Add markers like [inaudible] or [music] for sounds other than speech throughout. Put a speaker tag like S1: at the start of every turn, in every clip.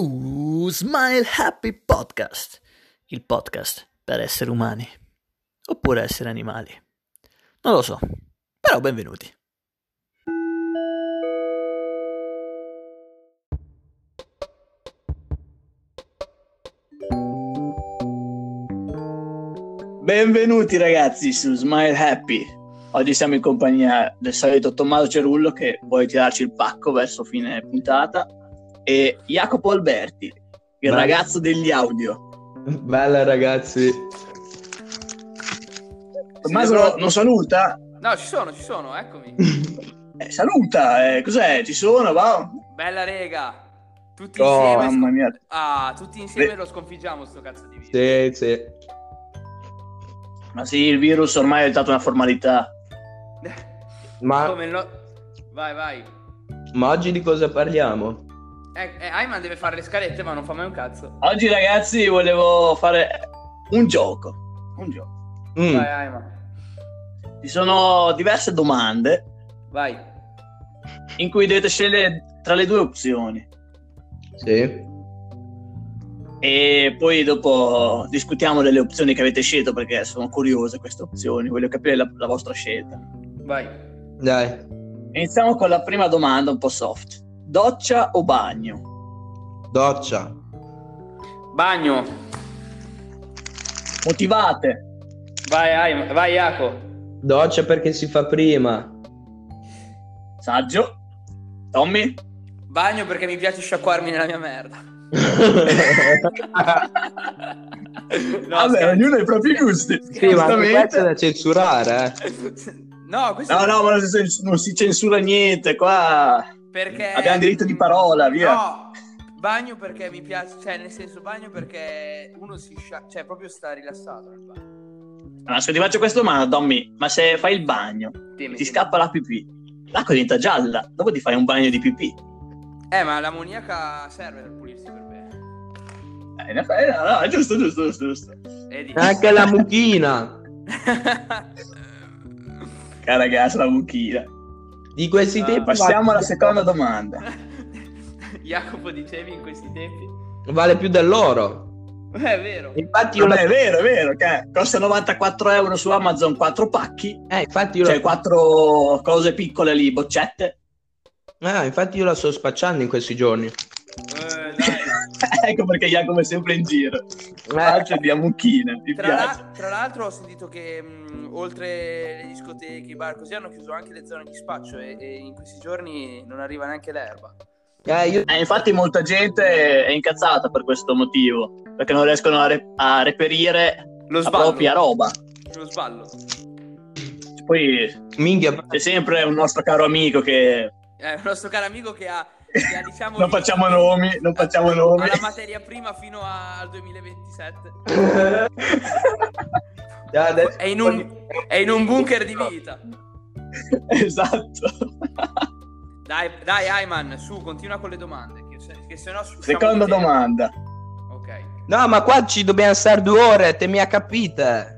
S1: to Smile Happy Podcast, il podcast per essere umani oppure essere animali. Non lo so, però benvenuti.
S2: Benvenuti ragazzi su Smile Happy. Oggi siamo in compagnia del solito Tommaso Cerullo che vuole tirarci il pacco verso fine puntata e Jacopo Alberti, il
S3: Vai.
S2: ragazzo degli audio.
S3: Bella ragazzi,
S2: Tommaso
S4: però-
S2: non saluta?
S4: No, ci sono, ci sono,
S2: [laughs]
S4: eccomi.
S2: Eh, saluta, eh, cos'è? Ci sono, va?
S4: Bella rega. Tutti
S3: Oh,
S4: insieme. scon-
S2: Mamma mia.
S4: Ah, tutti insieme
S2: Beh.
S4: lo sconfiggiamo sto cazzo di video.
S3: sì, sì.
S2: Ma sì, il virus ormai è diventato una formalità.
S4: [laughs]
S3: Ma,
S2: Ah.
S4: Come il no- Vai, vai.
S3: ma oggi di cosa parliamo?
S4: Eh, eh, Ayman deve fare le scalette, ma non fa mai un cazzo.
S2: Oggi ragazzi volevo fare un gioco. Un gioco.
S3: Mm,
S4: Vai, Ayman.
S2: Ci sono diverse domande
S4: Vai.
S2: in cui dovete scegliere tra le due opzioni.
S3: sì.
S2: E poi dopo discutiamo delle opzioni che avete scelto perché sono curiose queste opzioni, voglio capire la, la vostra scelta.
S4: Vai.
S3: Dai,
S2: Iniziamo con la prima domanda un po' soft. Doccia o bagno?
S3: doccia.
S4: Bagno.
S2: Motivate?
S4: Vai, Ayman. Vai, Iaco.
S3: Doccia perché si fa prima.
S2: Saggio?
S3: [laughs]
S2: Tommy?
S4: Bagno perché mi piace sciacquarmi nella mia merda. [laughs] No,
S2: Vabbè,
S4: scherzo.
S2: ognuno ha i propri gusti.
S3: sì, ma anche
S2: Giustamente.
S3: questo è da censurare, eh.
S4: No, questo
S2: No, no, ma non si, non si censura niente qua.
S4: Perché
S2: Abbiamo diritto di parola, via.
S4: No, bagno perché mi piace, cioè nel senso bagno perché uno si scia... cioè proprio sta rilassato nel bagno.
S2: Allora, se ti faccio questa domanda, Tommy, ma se fai il bagno,
S4: Dimmi,
S2: ti
S4: dimmi.
S2: scappa la pipì, l'acqua diventa gialla, dopo ti fai un bagno di pipì.
S4: Eh, ma l'ammoniaca serve per pulirsi per bene.
S2: Eh, in effetti, no, no, è giusto, giusto, giusto, giusto.
S4: E di- [laughs]
S3: Anche la mucchina
S2: Eh, ragazzi, la mucchina.
S3: di questi
S4: Ah,
S3: tempi.
S2: Eh, Passiamo alla
S3: vale-
S2: seconda domanda.
S4: Eh, Jacopo dicevi in questi tempi?
S3: Vale più dell'oro.
S4: Eh, È vero.
S3: Infatti io,
S2: Vabbè, è
S3: la...
S2: vero, è vero, che costa 94 euro su Amazon 4 pacchi,
S3: eh, infatti io la-
S2: cioè 4 cose piccole lì,
S4: [laughs]
S2: boccette. Cioè,
S3: Ah, infatti io la sto spacciando in questi giorni.
S4: Eh, dai.
S2: ecco perché Jacomo è sempre in giro.
S3: Eh,
S2: Faccia di ammucchine, [laughs] mi
S4: Eh. Tra, la-
S2: piace.
S4: tra l'altro ho sentito che mh, oltre le discoteche, i bar così hanno chiuso anche le zone di spaccio e, e in questi giorni non arriva neanche l'erba.
S3: Eh, io...
S2: Eh, infatti molta gente è incazzata per questo motivo, perché non riescono a, re- a reperire
S4: Lo
S2: la
S4: sballo.
S2: propria roba.
S4: Lo sballo.
S2: Poi
S3: Minchia,
S2: c'è sempre un nostro caro amico che...
S4: È un Eh, nostro caro amico che ha, che ha, diciamo...
S2: [laughs] Non facciamo nomi, non facciamo nomi.
S4: Ha la materia prima fino a- al 2027.
S3: già adesso-
S4: È in, un, è in un bunker di
S2: [laughs]
S4: vita.
S2: esatto.
S4: Dai, dai, Ayman, su, continua con le domande. Che, se- che sennò su- siamo
S2: Seconda
S4: di te.
S2: domanda.
S4: [laughs] Ok.
S3: No, ma qua ci dobbiamo stare due ore, te mi ha capita.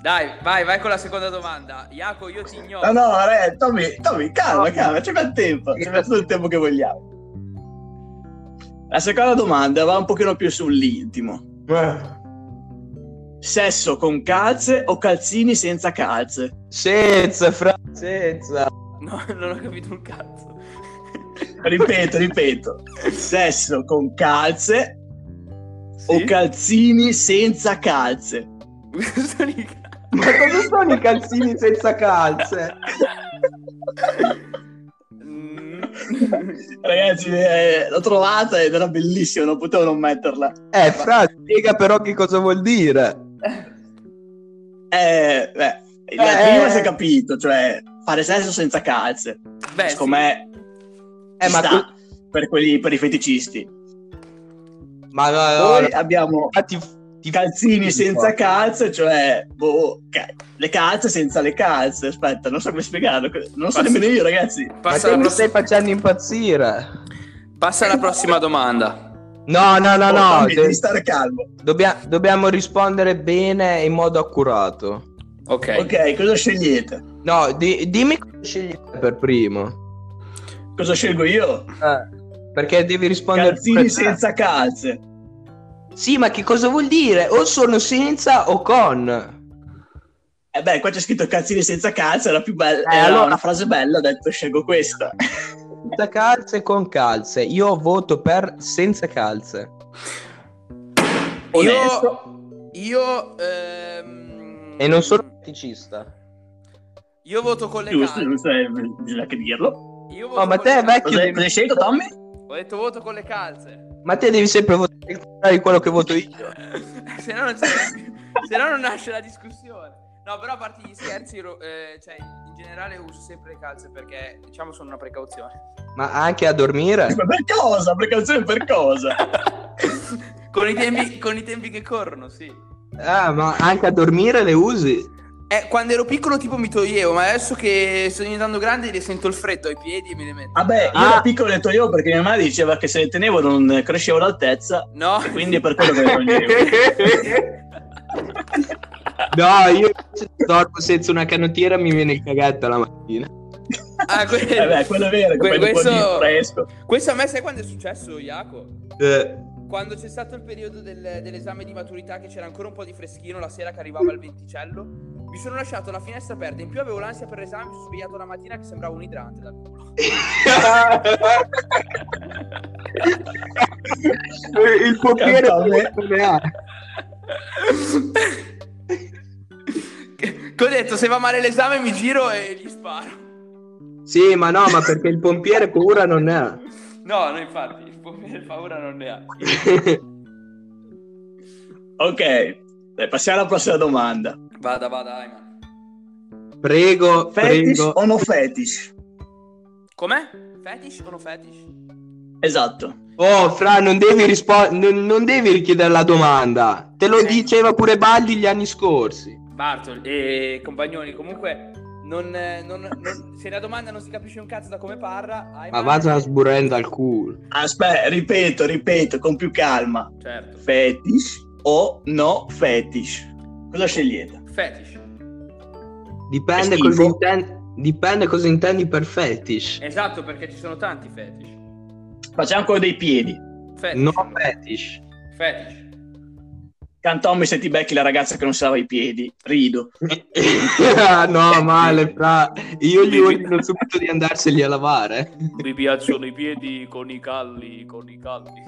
S4: Dai, vai, vai con la seconda domanda. Iaco, io ti ignoro.
S3: Ah,
S2: No, no, re, Tommy, Tommy, calma, calma, c'è il tempo, c'è tutto il tempo che vogliamo. La seconda domanda va un pochino più sull'intimo. Sesso con calze o calzini senza calze?
S3: Senza, fra... Senza.
S4: No, [laughs] non ho capito
S3: [laughs]
S4: un cazzo.
S2: Ripeto, ripeto. Sesso con calze o
S4: Sì? [laughs]
S2: calzini senza calze?
S4: Sono i
S3: [laughs]
S4: ca-
S3: Ma cosa sono i calzini senza calze?
S4: Mm.
S2: Ragazzi, eh, l'ho trovata ed era bellissima, non potevo non metterla.
S3: Eh, fra, spiega però che cosa vuol dire.
S2: Eh, beh, la
S3: Eh.
S2: prima si è capito, cioè fare sesso senza calze.
S4: Beh, sì.
S2: Secondo me
S3: Eh,
S2: ci
S3: ma,
S2: sta
S3: tu-
S2: per, quelli, per i feticisti.
S3: ma no, no,
S2: Poi
S3: no,
S2: abbiamo
S3: ma ti- ti-
S2: i calzini
S3: ti-
S2: senza calze, cioè boh, ca- le calze senza le calze. Aspetta, non so come spiegarlo, non so
S4: Passa-
S2: nemmeno io, ragazzi.
S3: Ma
S4: Passa,
S3: te
S4: alla
S3: mi
S4: prossima-
S3: stai facendo impazzire.
S4: passa alla prossima domanda.
S3: No, no, no, cioè-
S2: Oh,
S3: no.
S2: Tommy, devi
S3: de-
S2: stare calmo.
S3: dobbia- dobbiamo rispondere bene e in modo accurato.
S2: Ok, cosa scegliete?
S3: No, di- dimmi cosa scegliete per primo.
S2: Cosa scelgo io?
S3: Eh. Perché devi rispondere
S2: Calzini
S3: pure te.
S2: senza calze.
S3: Sì, ma che cosa vuol dire? O sono senza o con.
S2: E Eh, beh, qua c'è scritto calzini senza calze, era più bella.
S3: Eh,
S2: era
S3: allora-
S2: una frase bella, ho detto scelgo questa.
S3: Senza calze e con calze. Io voto per senza calze.
S2: Onesto.
S4: Io, io ehm,
S3: E non sono romanticista.
S4: Io voto con le
S2: Giusto,
S4: calze.
S2: giusto, eh, bisogna che dirlo.
S4: Io voto
S3: No, ma
S4: con
S3: te
S4: le
S3: è
S4: calze.
S3: vecchio.
S2: Cosa hai cosa hai scelto, Tommy?
S4: Ho detto voto con le calze.
S3: Ma te devi sempre votare il contrario di quello che voto io.
S4: [laughs] se, no non c'è- se no non nasce la discussione. No, però a parte gli scherzi, ro- eh, cioè, in generale uso sempre le calze perché diciamo sono una precauzione. [laughs]
S3: Ma anche a dormire?
S2: Ma per cosa? Per canzone per cosa?
S4: con, i tempi, con i tempi che corrono, sì.
S3: Ah, ma anche a dormire le usi?
S4: Eh, quando ero piccolo tipo mi toglievo, ma adesso che sto diventando grande le sento il freddo ai piedi e me le metto.
S2: Vabbè, io
S3: Ah.
S2: da piccolo ho detto io perché mia madre diceva che se le tenevo non crescevo l'altezza,
S4: No?
S2: e quindi è per quello che le toglievo.
S4: [laughs]
S3: No, io se dormo senza una canottiera mi viene cagata la mattina.
S4: Ah,
S2: [laughs]
S4: que-
S2: Eh beh, quello è vero, che
S4: Que-
S2: prendi un po'
S4: questo-
S2: di fresco.
S4: Questo a me sai quando è successo, Iaco?
S3: Eh,
S4: Quando c'è stato il periodo del- dell'esame di maturità che c'era ancora un po' di freschino la sera che arrivava il venticello, mi sono lasciato la finestra aperta, in più avevo l'ansia per l'esame, mi sono svegliato la mattina che sembrava un idrante dal culo.
S3: Il pompiere
S2: Cazzo, a me-
S3: non ne ha.
S4: Che che ho detto, se va male l'esame mi giro e gli sparo.
S3: Sì, ma no, ma perché il pompiere paura non ne ha. [laughs]
S4: No, no, infatti, il pompiere paura non ne ha.
S2: Ok, dai, passiamo alla prossima domanda.
S4: Vada, vada, Ayman.
S3: Prego,
S2: Fetish
S3: prego.
S2: o no fetish?
S4: Com'è? Fetish o no fetish?
S2: Esatto.
S3: Oh, Fra, non devi, rispo- non, non devi richiedere la domanda. Te lo diceva pure Baldi gli anni scorsi.
S4: Bartol e compagnoni, comunque non, eh, non- non- se la domanda non si capisce un cazzo da come parla, hai
S3: Ma vado una sburrenda al culo.
S2: Aspetta, ripeto, ripeto, con più calma.
S4: Certo.
S2: Fetish o no fetish? Cosa scegliete?
S4: Fetish.
S3: Dipende
S2: È
S3: cosa,
S2: schifo.
S3: inten- dipende cosa intendi per
S2: Eh,
S3: fetish.
S4: Esatto, perché ci sono tanti fetish.
S2: Facciamo quello dei piedi.
S4: Fetish.
S3: No
S4: allora.
S3: fetish. [laughs]
S4: Fetish.
S2: Cantommi se ti becchi la ragazza che non si lava i piedi. Rido.
S3: Ah, no, male, Fra. Io gli ordino subito di andarseli a lavare.
S4: Mi piacciono i piedi con i calli, con i calli.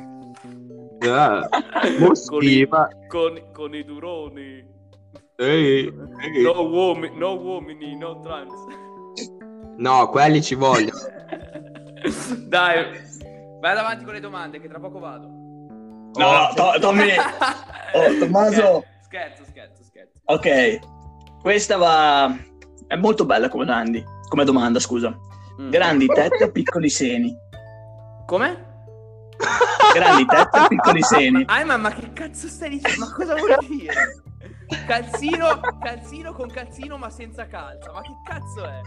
S3: Ah, mo sì, ma-
S4: con, con i duroni.
S3: ehi, ehi. No.
S4: uomini, no uomini, no trans.
S3: quelli ci vogliono.
S4: [laughs] Dai, vai avanti con le domande che tra poco vado.
S2: No,
S3: Oh,
S2: to-
S4: [laughs]
S2: Tommy. Oh, Tommaso.
S4: Scherzo, scherzo, scherzo.
S2: Ok, questa va... È molto bella come domandi. Come domanda, scusa.
S4: Mm.
S2: Grandi tette o piccoli seni?
S4: Come?
S2: Grandi tette o piccoli seni?
S4: Ah, ma, ma che cazzo stai dicendo? Ma cosa vuol dire? Calzino, calzino con calzino ma senza calza. Ma che cazzo è?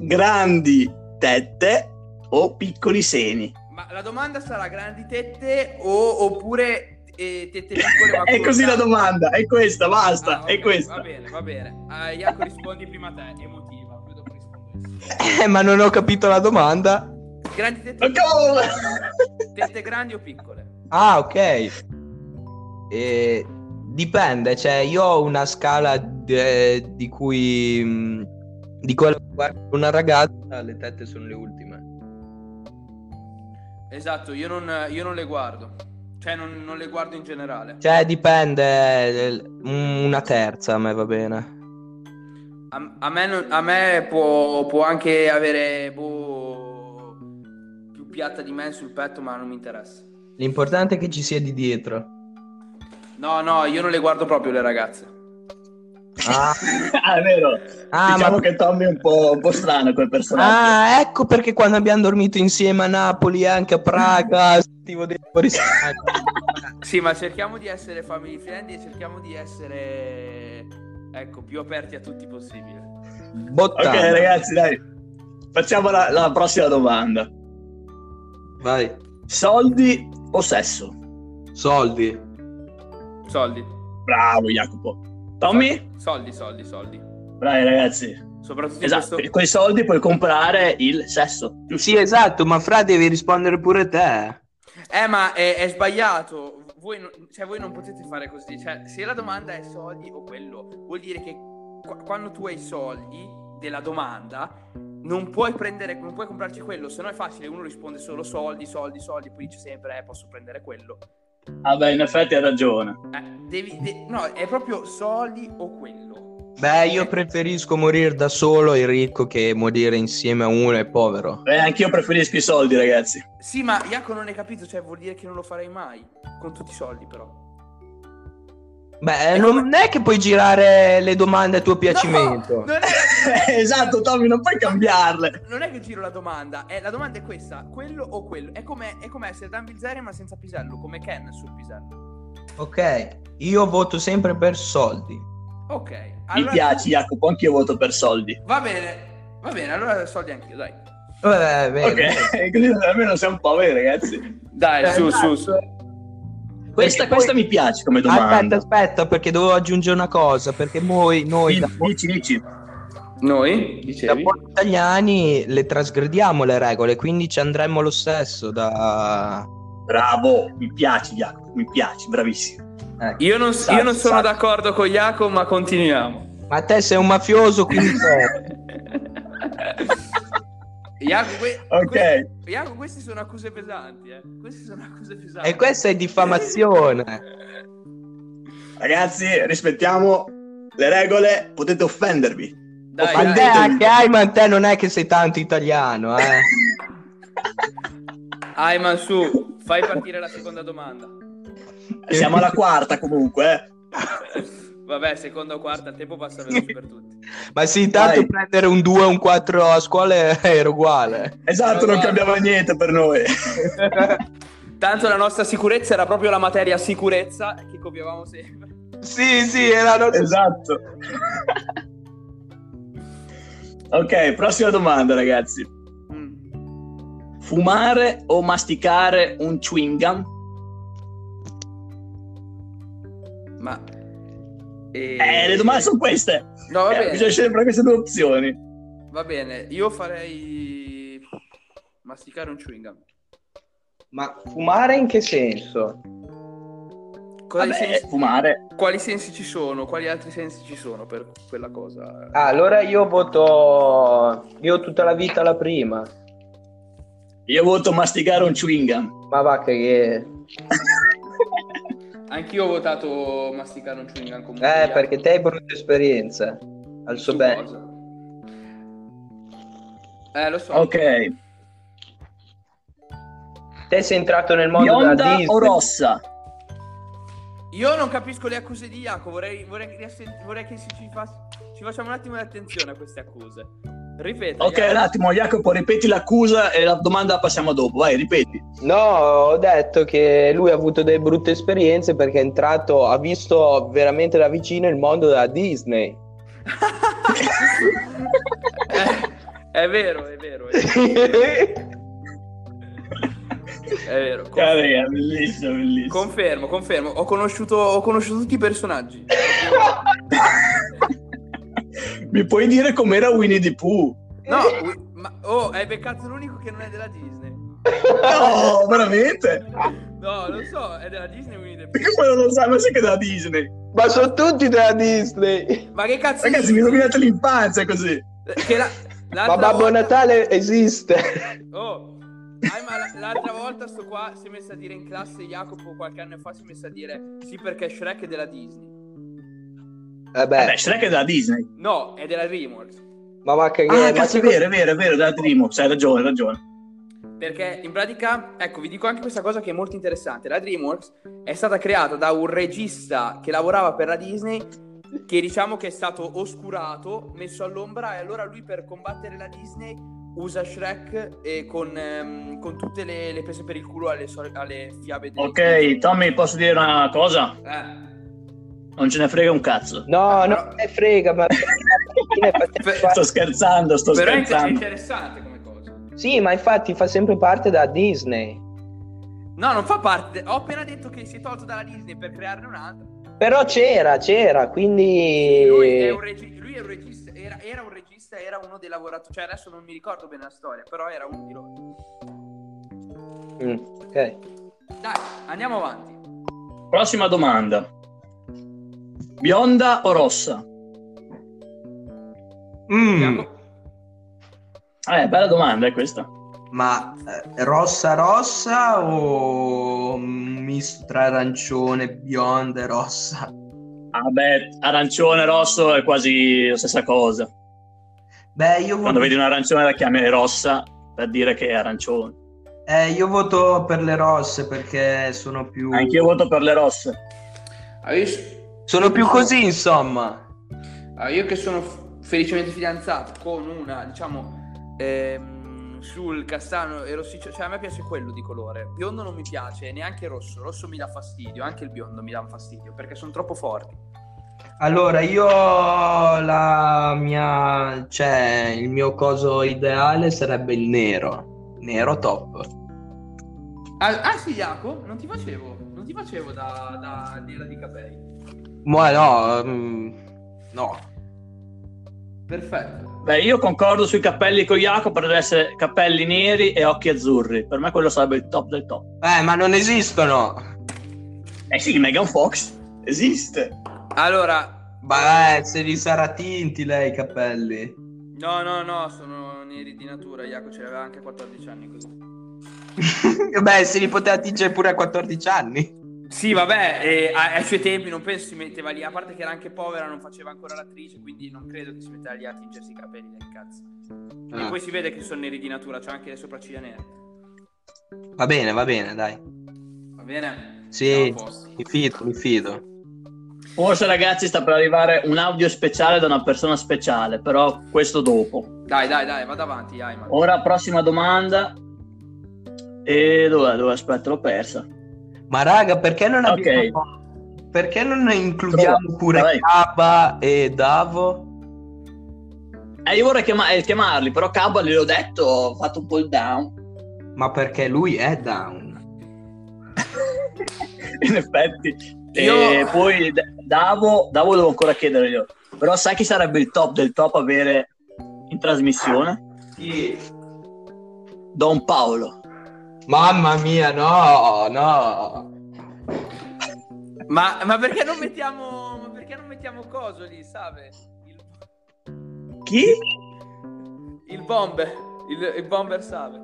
S2: Grandi tette o piccoli seni?
S4: Ma la domanda sarà grandi tette o, oppure eh, tette piccole ma
S2: [laughs] È
S4: con
S2: così la
S4: calza?
S2: domanda, è questa, basta,
S4: Ah,
S2: è
S4: ok, Va
S2: questa.
S4: bene, va bene. Ah, Iaco rispondi prima te, emotiva. Poi dopo rispondo io.
S3: Eh, ma non ho capito la domanda.
S4: Grandi tette,
S2: Oh, cavolo!
S4: tette grandi o piccole?
S3: Ah, ok. Eh, dipende, cioè io ho una scala de- di cui mh, di quello che guardo una ragazza, le tette sono le ultime.
S4: Esatto, io non, io non le guardo. Cioè, non, non le guardo in generale.
S3: Cioè dipende, eh, un- una terza a me va bene.
S4: A, a me, non- a me può, può anche avere boh, più piatta di me sul petto, ma non mi interessa.
S3: L'importante è che ci sia di dietro.
S4: No, no, io non le guardo proprio le ragazze.
S3: Ah,
S2: Ah, è vero.
S3: ah,
S2: diciamo
S3: ma-
S2: che Tommy è un po', un po' strano quel personaggio.
S3: ah, ecco perché quando abbiamo dormito insieme a Napoli e anche a Praga sentivo dei
S2: [laughs]
S3: fuori
S4: Sì, ma cerchiamo di essere family friendly e cerchiamo di essere ecco, più aperti a tutti possibile.
S2: ok,
S3: Bottata.
S2: ragazzi, dai. Facciamo la, la prossima domanda.
S3: Vai.
S2: Soldi o sesso?
S3: Soldi.
S4: Soldi.
S2: Bravo Jacopo. Tommy?
S4: Soldi, soldi, soldi.
S2: Bravi ragazzi.
S4: Soprattutto in
S2: Esatto, per
S4: questo...
S2: quei soldi puoi comprare il sesso.
S3: Sì, esatto, ma fra devi rispondere pure te.
S4: Eh, ma è, è sbagliato. Voi non, cioè, voi non potete fare così. Cioè, se la domanda è soldi o quello, vuol dire che qu- quando tu hai i soldi della domanda, non puoi prendere, non puoi comprarci quello. Se no è facile, uno risponde solo soldi, soldi, soldi, poi dice sempre, eh, posso prendere quello.
S2: Ah beh, in effetti hai ragione.
S4: Eh, devi, de- no, è proprio soldi o quello.
S3: Beh, io preferisco morire da solo e ricco che morire insieme a uno e povero.
S2: Beh, Eh, anch'io preferisco i soldi, ragazzi. [laughs]
S4: Sì, ma Iaco non hai capito, cioè vuol dire che non lo farei mai. Con tutti i soldi, però.
S3: Beh, non è che puoi girare le domande a tuo piacimento.
S4: No, non è...
S2: esatto, Tommy, non puoi cambiarle.
S4: Non è che giro la domanda, eh, la domanda è questa, quello o quello. È come, è come essere Dan Bilzerian ma senza pisello, come Ken sul pisello.
S3: Ok, io voto sempre per soldi.
S4: Ok.
S2: Mi
S4: allora-
S2: piaci, Jacopo, anch'io voto per soldi.
S4: Va bene, va bene, allora soldi anch'io, dai.
S3: Vabbè, vero.
S2: [laughs] Ok, così almeno siamo poveri, ragazzi.
S4: Dai,
S3: Eh,
S4: su, su,
S3: esatto.
S4: su.
S2: Questa,
S3: Perché
S2: questa
S3: poi-
S2: mi piace come
S3: Aspetta,
S2: domanda.
S3: aspetta, perché devo aggiungere una cosa, perché noi, noi da,
S2: Di- Dici, dici.
S4: Noi,
S3: da
S4: dicevi?
S3: buoni italiani le trasgrediamo le regole, quindi ci andremmo lo stesso da...
S2: Bravo, mi piaci, Jacopo, mi piaci, bravissimo.
S3: Ecco.
S4: Io non,
S2: Esatto,
S4: io non sono
S2: esatto.
S4: d'accordo con Iaco, ma continuiamo. [laughs]
S3: Ma te sei un mafioso, [laughs] quindi...
S4: Iaco, que-
S2: Ok.
S4: que- Iaco, queste sono accuse pesanti, eh. Queste sono accuse pesanti.
S3: e questa è diffamazione.
S2: Ragazzi, rispettiamo le regole, potete offendervi.
S4: Dai,
S2: Ma
S3: Ma
S4: dai.
S3: te,
S2: dai.
S3: anche Ayman, te non è che sei tanto italiano, [laughs] eh.
S4: Ayman, su, fai partire la seconda domanda.
S2: Siamo alla quarta comunque, eh.
S4: Vabbè, seconda o quarta, il tempo passa veloce per tutti.
S3: Ma sì, tanto
S2: Dai.
S3: prendere un 2 un 4 a scuola era uguale.
S2: Esatto, non cambiava niente per noi. [laughs]
S4: Tanto la nostra sicurezza era proprio la materia sicurezza che copiavamo sempre.
S3: Sì, sì, era la nostra-
S2: esatto. ok, prossima domanda, ragazzi.
S4: Mm,
S2: Fumare o masticare un chewing gum?
S4: Ma...
S2: Eh, le domande sono queste.
S4: No, va
S2: Eh, bisogna
S4: bene,
S2: scegliere fra queste due opzioni.
S4: va bene. Io farei... Masticare un chewing gum.
S3: Ma fumare in che senso?
S4: Cosa hai
S2: Vabbè,
S4: sensi-
S2: fumare.
S4: Quali sensi ci sono? Quali altri sensi ci sono per quella cosa?
S3: Ah, allora io voto. Io tutta la vita la prima.
S2: Io voto masticare un chewing gum.
S3: Ma va che. eh,
S4: Anch'io ho votato masticare un chewing gum comunque.
S3: Eh, perché te hai brutte esperienze. Al suo
S4: Su
S3: bene.
S4: cosa? Eh, lo
S2: [laughs]
S4: so.
S2: ok,
S3: Te sei entrato nel mondo da
S2: bionda
S3: Disney.
S2: o rossa?
S4: Io non capisco le accuse di Iaco, vorrei, vorrei, riassen- vorrei che si- ci, fa- ci facciamo un attimo di attenzione a queste accuse. Ripeto.
S2: Ok,
S4: Iaco.
S2: un attimo, Jacopo, ripeti l'accusa e la domanda la passiamo dopo. Vai, ripeti.
S3: No, ho detto che lui ha avuto delle brutte esperienze perché è entrato, ha visto veramente da vicino il mondo della Disney. [laughs]
S4: Eh, è vero, è vero, è vero. È vero.
S2: [laughs]
S4: Con-
S2: Eh, raga, bellissimo, bellissimo.
S4: confermo, confermo. Ho conosciuto, ho conosciuto tutti i personaggi.
S2: [laughs] Mi puoi dire com'era Winnie the Pooh?
S4: No, ui- ma oh, hai beccato l'unico che non è della Disney.
S2: No, Oh, veramente?
S4: No, lo so, è della Disney Winnie the
S2: Perché
S4: Pooh.
S2: poi non lo sai, ma sai che è da Disney?
S3: Ma sono tutti della Disney.
S4: Ma che cazzo
S2: Ragazzi, mi rovinate l'infanzia così. Eh,
S4: Che la- l'altra
S3: Ma Babbo
S4: volta-
S3: Natale esiste. [laughs]
S4: Oh, ah, ma la- l'altra volta sto qua si è messa a dire in classe Jacopo qualche anno fa si è messa a dire sì perché Shrek è della Disney.
S2: Vabbè,
S3: Vabbè,
S2: Shrek è da Disney.
S4: No, è della Dreamworks.
S3: ma va che
S2: Ah, cazzo, è vero, è vero, è vero, è da Dreamworks, hai ragione, hai ragione.
S4: Perché in pratica, ecco, vi dico anche questa cosa che è molto interessante. La Dreamworks è stata creata da un regista che lavorava per la Disney che diciamo che è stato oscurato, messo all'ombra e allora lui per combattere la Disney usa Shrek e con, ehm, con tutte le, le prese per il culo alle, sor- alle fiabe dei-
S2: Ok, Tommy, posso dire una cosa?
S4: Eh.
S2: Non ce ne frega un [laughs] cazzo.
S3: No, no, me
S2: [laughs]
S3: frega, ma
S2: Sto scherzando, sto
S4: Però è inter- è
S2: scherzando.
S4: interessante come cosa.
S3: Sì, ma infatti fa sempre parte da Disney.
S4: No, non fa parte. Ho appena detto che si è tolto dalla Disney per crearne un'altra.
S3: Però c'era, c'era, quindi
S4: Lui, è un regi- lui è un regista. Era, era un regista regista era uno dei lavoratori, cioè adesso non mi ricordo bene la storia, però era uno di loro.
S3: Mm, ok.
S4: Dai, andiamo avanti.
S2: Prossima domanda. Bionda o rossa?
S3: Mm,
S4: Andiamo.
S2: Eh, bella domanda è questa.
S3: ma eh, rossa rossa o un misto tra arancione, bionda e rossa?
S2: Ah beh, arancione e rosso è quasi la stessa cosa.
S3: Beh, io
S2: Quando
S3: voto,
S2: vedi un arancione la chiami rossa per dire che è arancione.
S3: eh, io voto per le rosse perché sono più...
S2: Anch'io voto per le rosse.
S4: Ah, io, s-
S3: Sono più così, insomma.
S4: ah, io che sono f- felicemente fidanzato con una, diciamo, ehm, sul castano e rossiccio, cioè a me piace quello di colore. Biondo non mi piace, neanche rosso. Rosso mi dà fastidio, anche il biondo mi dà un fastidio perché sono troppo forti.
S3: Allora, io la mia, cioè, il mio coso ideale sarebbe il nero, nero top.
S4: Ah, ah, sì, Iaco, non ti facevo, non ti facevo da, da nera di capelli.
S3: Ma eh, no, mm, no.
S4: Perfetto.
S2: Beh, io concordo sui capelli con Jacopo per essere capelli neri e occhi azzurri. Per me quello sarebbe il top del top.
S3: Eh, ma non esistono.
S2: Eh sì, Megan Fox esiste.
S4: Allora,
S3: Beh, se li sarà tinti lei i capelli.
S4: no, no, no, sono neri di natura. Iaco ce l'aveva anche a 14 anni così.
S3: [laughs] Beh, se li poteva tingere pure a 14 anni.
S4: Sì, vabbè, eh, a- ai suoi tempi non penso si metteva lì. A parte che era anche povera, non faceva ancora l'attrice, quindi non credo che si metteva lì a tingersi i capelli del cazzo. E
S3: Ah,
S4: poi si vede che sono neri di natura, c'ha anche le sopracciglia nere.
S3: Va bene, va bene, dai.
S4: Va bene?
S3: Sì,
S4: Siamo a posto.
S3: mi fido, mi fido.
S2: Forse ragazzi sta per arrivare un audio speciale da una persona speciale, però questo dopo.
S4: Dai, dai, dai, vado avanti, Ayman.
S2: Ora prossima domanda. E dov'è? Dov'è? Aspetta, l'ho persa.
S3: Ma raga, perché non
S2: Ok.
S3: abbiamo... Perché non includiamo
S2: Prova,
S3: pure
S2: vai.
S3: Cava e Davo?
S2: Eh, io vorrei chiama- eh, chiamarli, però Cabal gliel'ho detto, ho fatto un po' il down. [laughs]
S3: Ma perché lui è down.
S2: In effetti. E
S4: Io-
S2: poi D- Davo, Davo devo ancora chiederglielo. Però sai chi sarebbe il top del top avere in trasmissione? Don Paolo.
S3: Mamma mia, no, no.
S4: Ma, ma perché non mettiamo. Ma perché non mettiamo coso lì, sabe? Il,
S2: Chi?
S4: il bomber. Il, il bomber sabe.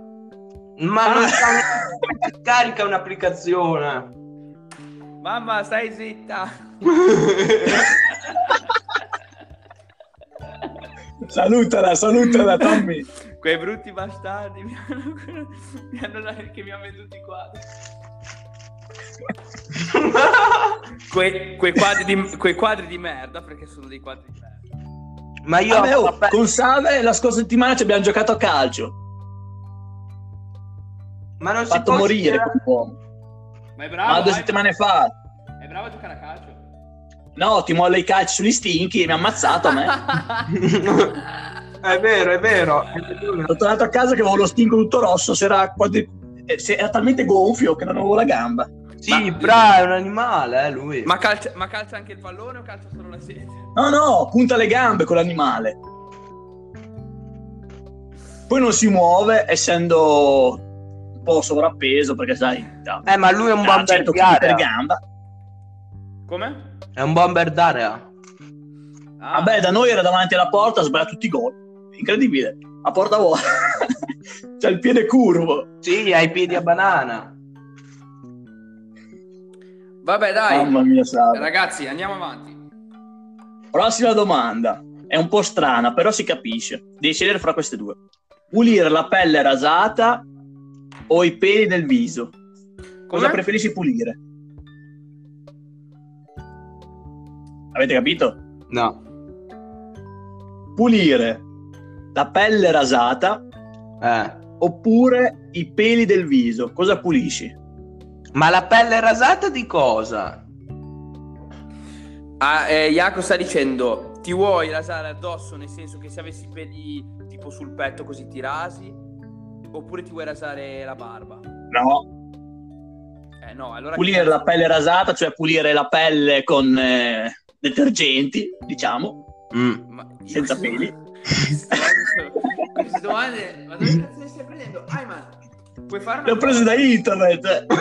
S3: Ma
S2: Ah.
S3: non sa- scarica un'applicazione. [laughs]
S4: Mamma, stai zitta.
S2: Salutala, salutala Tommy.
S4: Quei brutti bastardi mi hanno, [laughs] mi hanno- che mi hanno venduto i quadri. Que- quei, quadri di, quei quadri di merda, perché sono dei quadri di merda.
S3: Ma io
S2: Vabbè, oh, con Save la scorsa settimana ci abbiamo giocato a calcio.
S3: ma non si
S2: Fatto
S3: può
S2: morire
S3: dire-
S2: quell'uomo.
S4: Ma è
S2: Ma
S4: bravo.
S2: Ah, due
S4: Ayman.
S2: settimane fa.
S4: È bravo a giocare a calcio.
S2: No, ti molla i calci sugli stinchi e mi ha ammazzato a
S3: [laughs]
S2: me. [laughs]
S3: È vero, è vero. è vero.
S2: Sono tornato a casa che avevo lo stinco tutto rosso, si era, quasi- eh, si era talmente gonfio che non avevo la gamba.
S3: Sì, bra, è un animale, eh, lui.
S4: ma, calcia, ma calcia anche il pallone o calcia solo la sete?
S2: No, no, punta le gambe con l'animale. Poi non si muove, essendo un po' sovrappeso, perché sai, da,
S3: Eh, ma lui è un
S4: Ah,
S2: da
S3: bomber
S4: certo,
S2: 100 kg per
S3: d'area.
S2: gamba.
S4: Come?
S3: È un bomber d'area.
S4: Ah,
S2: Vabbè, da noi era davanti alla porta, ha sbagliato tutti i gol. Incredibile. A porta [laughs] vuota. C'ha il piede curvo.
S3: Sì, ha i piedi a banana.
S4: Vabbè, dai.
S2: Mamma mia, Sara.
S4: Ragazzi, andiamo avanti.
S2: Prossima domanda. È un po' strana, però si capisce. Devi scegliere fra queste due. Pulire la pelle rasata o i peli del viso. Cosa
S4: Com'è?
S2: preferisci pulire? Avete capito?
S3: No.
S2: Pulire la pelle rasata
S3: Eh.
S2: oppure i peli del viso. Cosa pulisci?
S3: Ma la pelle rasata di cosa?
S4: Ah, eh, Iaco sta dicendo: Ti vuoi rasare addosso? Nel senso che se avessi i peli tipo sul petto così ti rasi? Oppure ti vuoi rasare la barba?
S2: No.
S4: Eh no, allora.
S2: Pulire la pelle rasata, cioè pulire la pelle con eh, detergenti, diciamo,
S3: Mm. [laughs]
S4: Ma- [laughs]
S2: senza peli.
S4: Queste domande, ma dove cazzo le stai prendendo? Ayman, puoi fare una
S2: L'ho preso da [laughs] internet. Con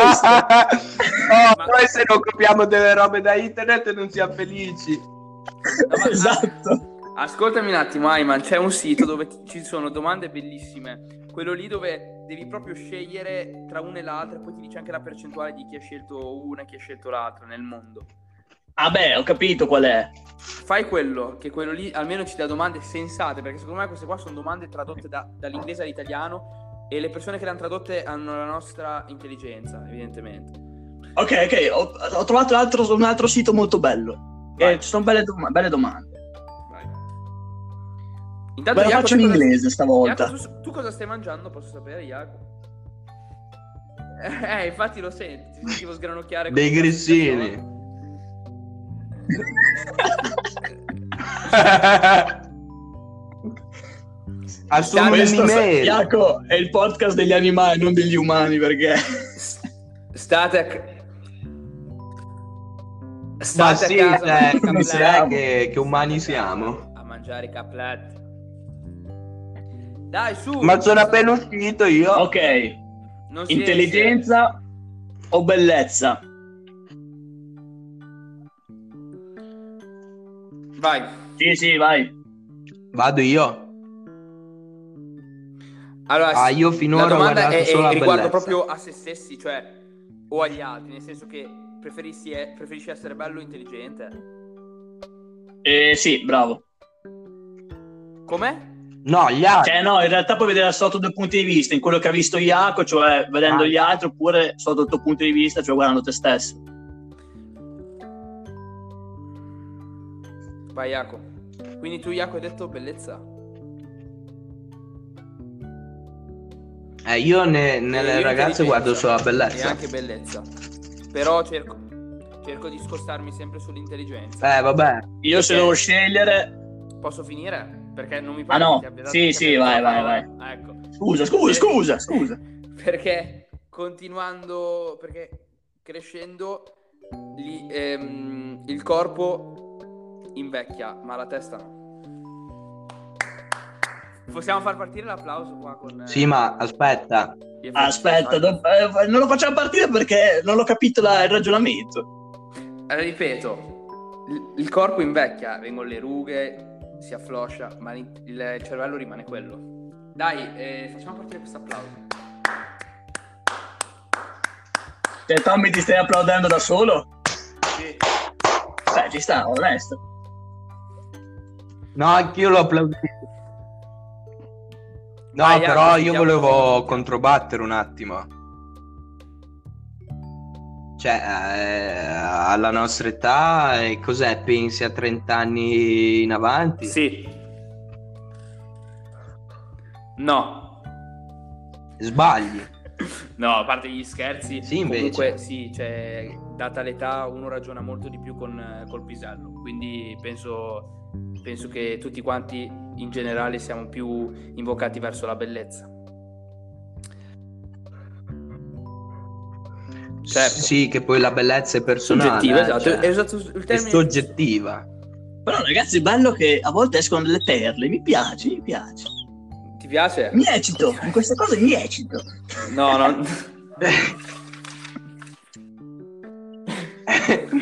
S2: questo.
S3: oh, noi se non copiamo delle robe da internet non siamo [laughs] felici.
S4: No, ma-
S2: esatto.
S4: Ascoltami un attimo, Ayman, c'è un sito dove ti- ci sono domande bellissime. Quello lì dove devi proprio scegliere tra una e l'altra, e poi ti dice anche la percentuale di chi ha scelto una e chi ha scelto l'altra nel mondo.
S2: Ah beh, ho capito qual è.
S4: Fai quello, che quello lì almeno ci dà domande sensate, perché secondo me queste qua sono domande tradotte da- dall'inglese all'italiano e le persone che le hanno tradotte hanno la nostra intelligenza, evidentemente.
S2: Ok, ok, ho, ho trovato l'altro- un altro sito molto bello.
S4: Vai.
S2: Eh, ci sono belle, dom- belle domande.
S4: Vai.
S2: Ve
S4: Intanto,
S2: la
S4: Jacopo,
S2: faccio
S4: tu
S2: in
S4: cosa-
S2: inglese [laughs] stavolta.
S4: Jacopo, tu, tu cosa stai mangiando? Posso sapere, Jacopo? [laughs] Eh, infatti lo senti, ti sentivo sgranocchiare.
S3: Dei
S4: con-
S3: grissini. Assumi
S2: Questo,
S3: nero.
S2: Jacopo, è il podcast degli animali, non degli umani, perché...
S4: State a... ca-
S3: Ma
S4: State
S3: sì,
S4: a casa a
S2: non
S3: cioè,
S4: mangiare capelli.
S3: sai
S2: siamo.
S3: che, che umani
S4: State a casa
S3: siamo.
S4: A mangiare i capletti. Dai, su!
S3: Ma sono appena uscito
S2: [laughs]
S3: io.
S2: Ok,
S4: Non si
S2: intelligenza o bellezza?
S4: esce. Vai.
S2: Sì, sì, vai.
S3: Vado io.
S4: Allora,
S3: Ah,
S4: sì,
S3: io finora
S4: la
S3: ho
S4: domanda
S3: guardato
S4: è, è-
S3: solo la
S4: riguardo
S3: bellezza.
S4: proprio a se stessi, cioè, o agli altri, nel senso che preferissi, e- preferisci essere bello o intelligente.
S2: Eh, sì, bravo.
S4: Com'è?
S3: No, gli
S4: Ah,
S3: altri.
S2: Cioè, no, in realtà puoi vedere sotto due punti di vista, in quello che ha visto Iaco, cioè vedendo
S3: Ah.
S2: gli altri, oppure sotto il tuo punto di vista, cioè guardando te stesso.
S4: Vai, Iaco. Quindi tu, Iaco, hai detto bellezza.
S3: Eh, io ne-
S4: E
S3: nelle
S4: Cioè- io
S3: ragazze
S4: intelligenza.
S3: guardo solo la
S4: E
S3: bellezza.
S4: anche bellezza. Però cerco, cerco di scostarmi sempre sull'intelligenza.
S3: Eh, vabbè.
S2: Io se
S4: Ok.
S2: devo scegliere...
S3: Eh.
S4: Posso finire? Perché non mi
S2: Ah,
S4: pare
S2: no.
S4: che ti abbia dato-
S2: Sì,
S4: ti
S2: sì,
S4: abbia dato
S2: vai,
S4: la
S2: vai,
S4: parola. Ah, Ecco.
S2: Scusa, scusa,
S4: Perché-
S2: scusa, scusa.
S4: [laughs] Perché continuando, perché crescendo li- ehm, il corpo invecchia, ma la testa no. Possiamo far partire l'applauso qua con... eh,
S3: Sì, ma aspetta.
S4: gli effetti
S2: Aspetta,
S4: speciali?
S2: do- eh, non lo facciamo partire perché non ho capito la- il ragionamento.
S4: Allora, ripeto, il- il corpo invecchia, vengono le rughe, si affloscia, ma il il cervello rimane quello. Dai, eh, facciamo partire questo applauso.
S2: Cioè, Tommy, ti stai applaudendo da solo?
S4: Sì.
S2: Beh, ci sta, onesto.
S3: No, anch'io l'ho applaudito. No,
S4: Vai,
S3: però
S4: Jacopo,
S3: io
S4: sentiamo cosa
S3: volevo
S4: sentiamo.
S3: controbattere un attimo. Cioè, eh, alla nostra età, eh, cos'è? Pensi a 30 anni in avanti?
S4: Sì. No.
S3: Sbagli.
S4: No, a parte gli scherzi.
S3: Sì, invece.
S4: Comunque, sì, cioè, data l'età, uno ragiona molto di più con, eh, col pisello. Quindi penso, penso che tutti quanti in generale siamo più invocati verso la bellezza. Certo.
S3: Sì, che poi la bellezza è personale.
S4: Soggettiva,
S3: eh,
S4: esatto.
S3: cioè,
S4: È usato il
S3: è
S4: termine.
S3: soggettiva. [laughs]
S2: Però, ragazzi, è bello che a volte escono delle perle. Mi piace, mi piace.
S4: Ti piace?
S2: Mi eccito, in queste cose mi eccito.
S4: No, no.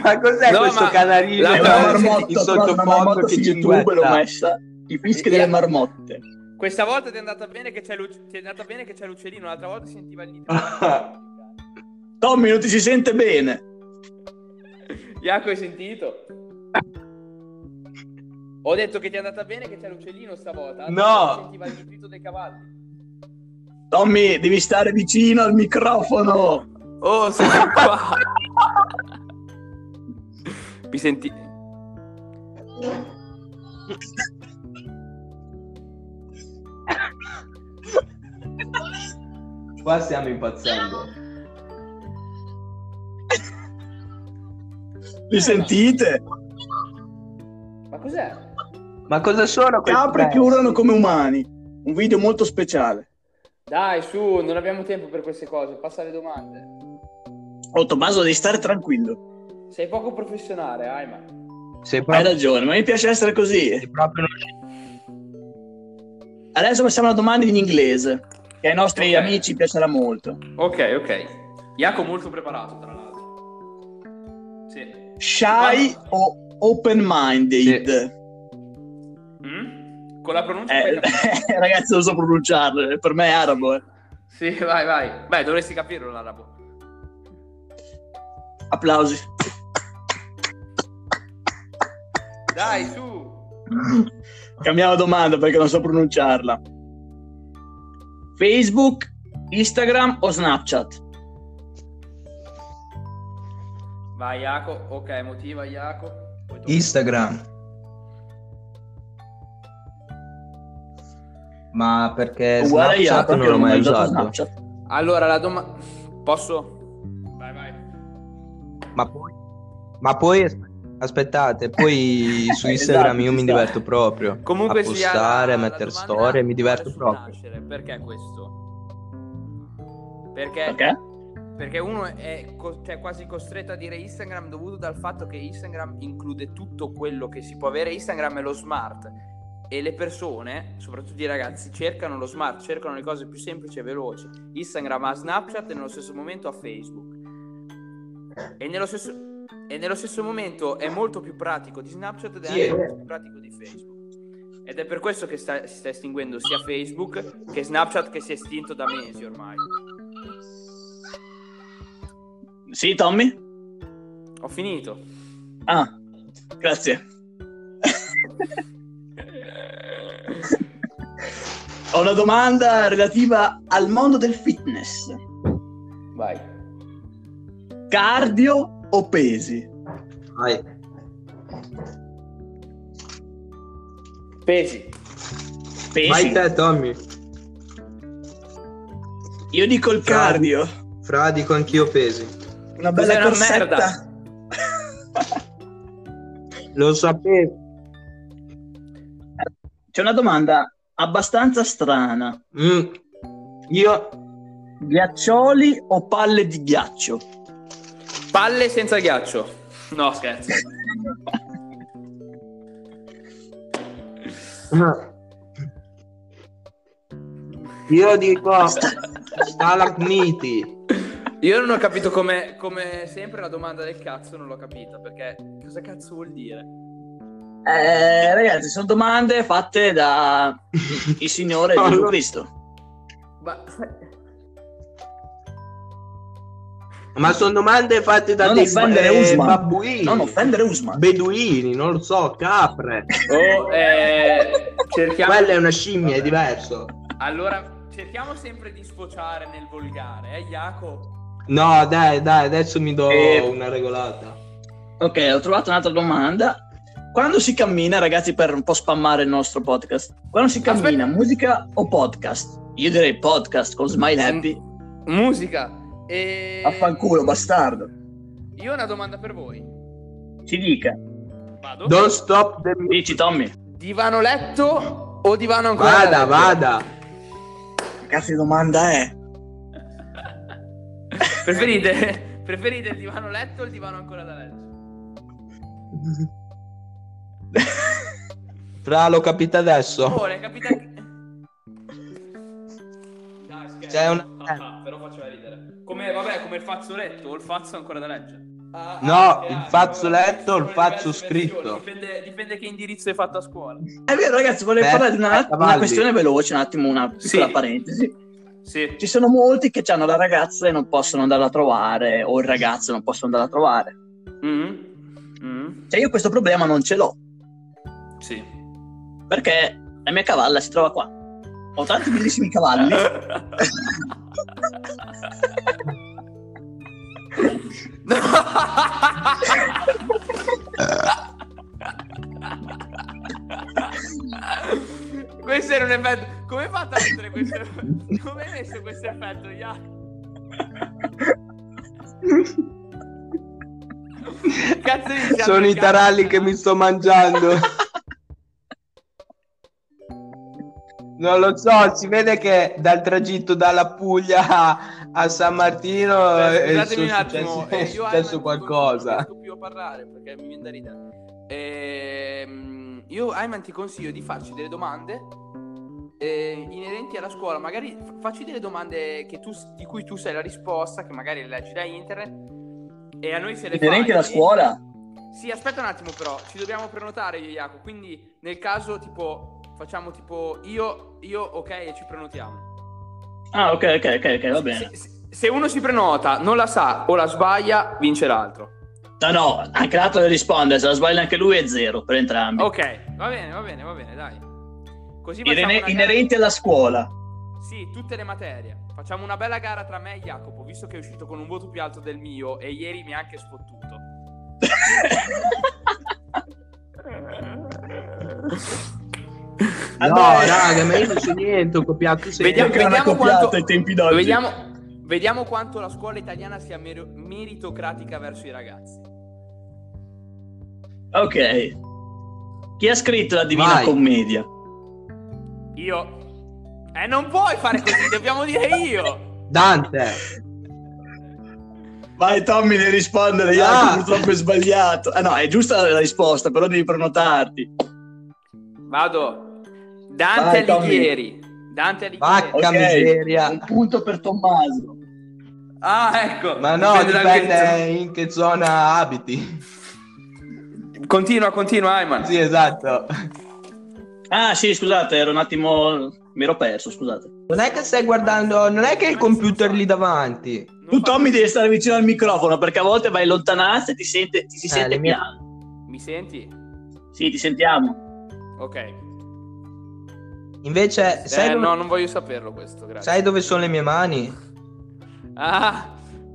S3: ma cos'è
S4: No,
S3: questo
S4: ma
S3: canarino?
S4: la
S2: È
S3: che
S2: una marmotta,
S4: trovato
S3: in
S2: ho trovato una
S3: sottofondo
S2: marmotta
S3: che
S2: su
S3: ci
S2: YouTube, l'ho
S3: guarda?
S2: messa. I fischi delle marmotte.
S4: [laughs] Questa volta ti è andata bene che c'è, l'uc- ti è andata bene che c'è l'uccellino, l'altra volta sentiva [laughs] il nitro.
S2: Tommy, non ti si sente bene.
S4: Iaco, hai sentito? Ho detto che ti è andata bene che c'è l'uccellino stavolta.
S3: No.
S4: Allora Sentiva il grido dei cavalli.
S2: Tommy, devi stare vicino al microfono.
S4: Oh, sono qua. Mi senti...
S3: Qua stiamo impazzendo.
S2: Li sentite?
S4: Ma cos'è?
S3: Ma cosa sono questi
S2: Capre che
S3: prezzi?
S2: urlano come umani. Un video molto speciale.
S4: Dai, su, non abbiamo tempo per queste cose. Passa alle domande.
S2: Oh, Tommaso, devi stare tranquillo.
S4: Sei poco professionale, Ayman.
S3: Sei
S2: Hai
S3: proprio,
S2: ragione, ma mi piace essere così.
S3: sei proprio uno sci-
S2: Adesso passiamo alla domanda in inglese, che ai nostri
S4: Ok.
S2: amici piacerà molto.
S4: Ok, ok. Jacopo molto preparato, tra l'altro. Sì.
S2: Shy o open-minded?
S4: Mm? Con la pronuncia
S2: Eh,
S3: [laughs]
S4: fai capire.
S2: [laughs] ragazzi, non so pronunciarlo, per me è arabo. eh.
S4: Sì, vai, vai. Beh, dovresti capirlo l'arabo.
S2: Applausi.
S4: Dai, su.
S2: Cambiamo domanda perché non so pronunciarla. Facebook, Instagram o Snapchat?
S4: Vai, Jacopo. Ok, motiva, Jacopo. Poi tu.
S3: Instagram. Ma perché
S2: Uguale io,
S3: Eh, Snapchat
S2: perché
S3: non l'ho mai
S2: usato
S3: usato.
S2: Snapchat.
S4: Allora, la domanda... Posso? Vai, vai.
S3: Ma poi, ma poi as-
S2: [laughs]
S3: aspettate, poi su
S2: Esatto,
S3: Instagram io
S2: ci
S3: mi
S2: sta.
S3: diverto proprio.
S4: Comunque
S3: a
S4: sia,
S3: postare, a
S4: la
S3: mettere
S4: domanda
S3: storie, mi diverto
S4: vale sul
S3: proprio.
S4: nascere. Perché questo? Perché,
S2: Perché?
S4: perché uno è co- cioè, quasi costretto a dire Instagram dovuto dal fatto che Instagram include tutto quello che si può avere. Instagram è lo smart e le persone, soprattutto i ragazzi, cercano lo smart, cercano le cose più semplici e veloci. Instagram ha Snapchat e nello stesso momento ha Facebook. E nello stesso, e nello stesso momento è molto più pratico di Snapchat ed è
S3: Sì, è
S4: anche
S3: vero.
S4: molto più pratico di Facebook. Ed è per questo che sta- si sta estinguendo sia Facebook che Snapchat che si è estinto da mesi ormai.
S2: Sì, Tommy?
S4: Ho finito.
S2: Ah, grazie. [laughs] Ho una domanda relativa al mondo del fitness.
S4: Vai.
S2: Cardio o pesi?
S3: Vai.
S4: Pesi. Eh
S2: Pesi.
S3: Vai te Tommy.
S2: Io dico il
S3: Cardio.
S2: cardio.
S3: Fra dico anch'io pesi.
S2: Una
S4: Cos'è
S2: bella
S4: una
S2: corsetta.
S3: Lo sapevo.
S2: C'è una domanda abbastanza strana.
S3: Mm. Io [laughs]
S2: Ghiaccioli o palle di [laughs] ghiaccio?
S4: Palle senza ghiaccio. No, scherzo.
S3: Io dico
S4: [laughs]
S3: stalagmiti.
S4: Io non ho capito come, come sempre la domanda del cazzo, non l'ho capita perché cosa cazzo vuol dire?
S2: Eh, ragazzi, sono domande fatte da il Signore
S3: Allora.
S2: Gesù Cristo.
S4: Ma
S3: Ma sono domande fatte da
S2: Non
S3: dei
S2: offendere
S3: eh,
S2: Usman.
S3: babbuini,
S2: Non offendere Usman.
S3: beduini, non lo so, capre.
S4: oh, eh, cerchiamo
S3: Quella è una scimmia, è diverso.
S4: Allora, cerchiamo sempre di sfociare nel volgare, eh, Jaco?
S3: No, dai, dai, adesso mi do
S2: Eh.
S3: una regolata.
S2: Ok, ho trovato un'altra domanda. Quando si cammina, ragazzi, per un po' spammare il nostro podcast, quando si cammina,
S4: Aspetta.
S2: musica o podcast? Io direi podcast con Smile Happy.
S4: Musica. E...
S2: Eh. Affanculo, bastardo.
S4: Io ho una domanda per voi.
S2: Ci dica.
S4: Vado.
S3: Don't stop the
S4: Eh,
S3: music.
S2: Dici, Tommy.
S4: Divano letto o divano ancora?
S3: Vada,
S4: da letto?
S3: vada.
S4: eh.
S2: Che cazzo di domanda è?
S4: Preferite, [laughs] preferite il divano letto o il divano ancora da letto?
S3: Fra, l'ho capita adesso.
S4: Oh, l'hai capita anche- Dai, scherzo.
S3: C'è un-
S4: Ah, ah, però faceva ridere. Come, vabbè, come il fazzoletto o il fazzo ancora da leggere. Ah,
S3: No,
S4: ok,
S3: il
S4: ah,
S3: fazzoletto o il
S4: sono diverse
S3: fazzo
S4: versioni.
S3: scritto?
S4: Dipende, dipende che indirizzo hai fatto a scuola.
S2: È vero, ragazzi, volevo
S3: Beh,
S2: parlare di una,
S3: aspetta,
S2: una
S3: Valdi.
S2: questione veloce, un attimo, una piccola
S4: Sì.
S2: parentesi.
S4: Sì.
S2: Ci sono molti che hanno la ragazza e non possono andarla a trovare, o il ragazzo non possono andarla a trovare.
S4: Mhm. Mhm.
S2: Cioè, io questo problema non ce l'ho,
S4: Sì.
S2: perché la mia cavalla si trova qua. Ho tanti bellissimi cavalli.
S4: [laughs]
S2: [laughs]
S4: questo era un effetto. Come hai fatto a mettere questo? [laughs] Come hai messo questo effetto, Iaco? Cazzo di cazzo
S3: Sono i
S4: cazzo.
S3: taralli che mi sto
S4: [laughs]
S3: mangiando. Non lo so, si vede che dal tragitto dalla Puglia a, a San Martino eh,
S4: Beh,
S3: è,
S4: scusatemi un
S3: successo-
S4: attimo,
S3: è
S4: eh, io
S3: successo
S4: Ayman, Non
S3: qualcosa.
S4: riesco più a parlare perché mi viene da ridere. Ehm, io, Ayman, ti consiglio di farci delle domande eh, inerenti alla scuola, magari f- facci delle domande che tu, s- di cui tu sai la risposta, che magari le leggi da internet, e a noi se le fai...
S2: Inerenti alla scuola?
S4: Sì, aspetta un attimo però, ci dobbiamo prenotare io e Jacopo, quindi nel caso tipo facciamo tipo io, io ok e ci prenotiamo.
S2: Ah, ok, ok, ok, ok, va bene.
S4: Se, se- se uno si prenota, non la sa o la sbaglia, vince l'altro.
S2: No, no, anche l'altro deve rispondere, se la sbaglia anche lui è zero per entrambi.
S4: Ok, va bene, va bene, va bene, dai. Così facciamo
S2: Irene-
S4: una gara-
S2: inerenti alla scuola.
S4: Sì, tutte le materie. Facciamo una bella gara tra me e Jacopo, visto che è uscito con un voto più alto del mio e ieri mi ha anche
S2: [laughs]
S4: sfottuto.
S3: No,
S2: Vabbè.
S3: raga, ma io non so niente, ho copiato sempre.
S4: Vediamo-
S2: Io che non ho
S4: vediamo
S2: copiato
S4: quanto-
S2: ai tempi d'oggi.
S4: Vediamo, vediamo quanto la scuola italiana sia mer- meritocratica verso i ragazzi.
S2: Ok. Chi ha scritto la Divina
S3: Vai.
S2: Commedia?
S4: Io... Eh, non puoi
S2: [laughs]
S4: fare così, dobbiamo dire io.
S3: Dante.
S2: Vai Tommy, devi rispondere, io
S3: Ah.
S2: purtroppo è sbagliato. Ah no, è giusta la risposta, però devi prenotarti.
S4: Vado.
S2: Vai,
S4: Dante
S2: Tommy.
S4: Alighieri. Dante Alighieri.
S3: Vacca
S2: Ok. Un
S3: miseria.
S2: punto per Tommaso.
S4: Ah, ecco.
S3: Ma no,
S4: Dipende dal
S3: dipende in che zona abiti. [laughs]
S4: che- Continua, continua, Ayman.
S3: Sì, esatto.
S2: Ah sì, scusate, ero un attimo... mi ero perso, scusate.
S3: Non è che stai guardando, non è che il computer lì davanti.
S4: Non
S2: Tu
S4: fa-
S2: Tommy devi stare vicino al microfono perché a volte vai in lontananza e ti, sente- ti si
S3: Eh,
S2: sente
S3: le mie-
S2: piano.
S4: Mi senti?
S2: Sì, ti sentiamo.
S4: Ok.
S3: Invece, sai,
S4: Eh,
S3: dove,
S4: no, non voglio saperlo questo, grazie.
S3: sai dove sono le mie mani?
S4: Ah,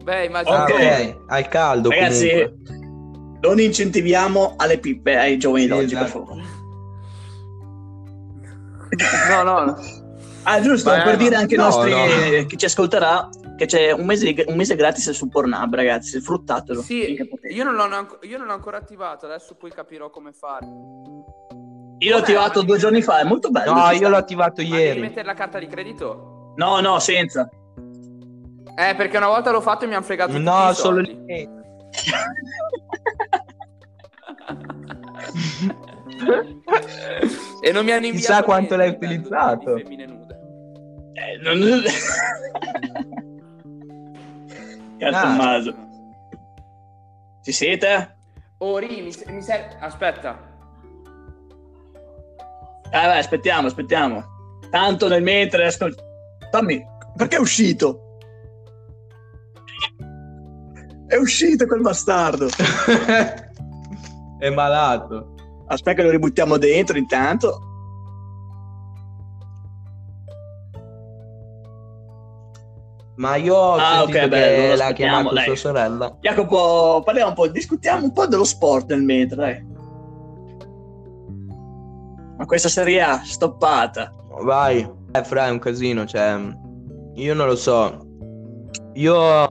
S4: beh, immagino.
S3: Ah,
S2: Ok.
S3: ok, al caldo
S2: Ragazzi,
S3: comunque.
S2: non incentiviamo alle pippe ai giovani
S3: Sì,
S2: d'oggi,
S3: esatto.
S2: per favore.
S4: No, no, no.
S2: Ah, giusto,
S4: Beh,
S2: per
S4: no.
S2: dire anche ai
S3: No,
S2: nostri
S3: no.
S2: eh, chi ci ascolterà che c'è un mese, di- un mese gratis su Pornhub, ragazzi, sfruttatelo.
S4: Sì,
S2: finché potete.
S4: io non, l'ho neanco- io non l'ho ancora attivato, adesso poi capirò come fare. Ma
S2: Io l'ho attivato due giorni fa, è molto bello.
S3: No,
S2: eh, ci sta.
S3: io l'ho attivato
S4: devi
S3: ieri.
S4: mettere la carta di credito?
S2: No, no,
S3: [laughs]
S2: senza.
S4: Eh, perché una volta l'ho fatto e mi hanno fregato tutti
S3: No,
S4: i
S3: solo
S4: soldi.
S3: lì.
S4: [laughs] e non mi hanno inviato
S3: Chissà quanto l'hai
S4: niente,
S3: utilizzato.
S4: di femmine nude.
S2: Eh, [laughs] non... Cazzo,
S3: Ah.
S2: Tommaso. Ci siete?
S4: Oh, Ri, mi, mi serve... Aspetta.
S2: Ah, vai, aspettiamo, aspettiamo. Tanto nel mentre ascol- Tommy, perché è uscito? È uscito quel bastardo.
S3: [laughs] È malato.
S2: Aspetta che lo ributtiamo dentro intanto.
S3: Ma io ho
S2: Ah,
S3: sentito
S2: ok,
S3: che
S2: bello, lo
S3: l'ha
S2: aspettiamo,
S3: chiamato
S2: dai.
S3: sua sorella.
S2: Jacopo, parliamo un po', discutiamo un po' dello sport nel mentre, dai. Ma questa Serie A stoppata.
S3: Vai. Eh, fra, è un casino, cioè... Io non lo so. Io...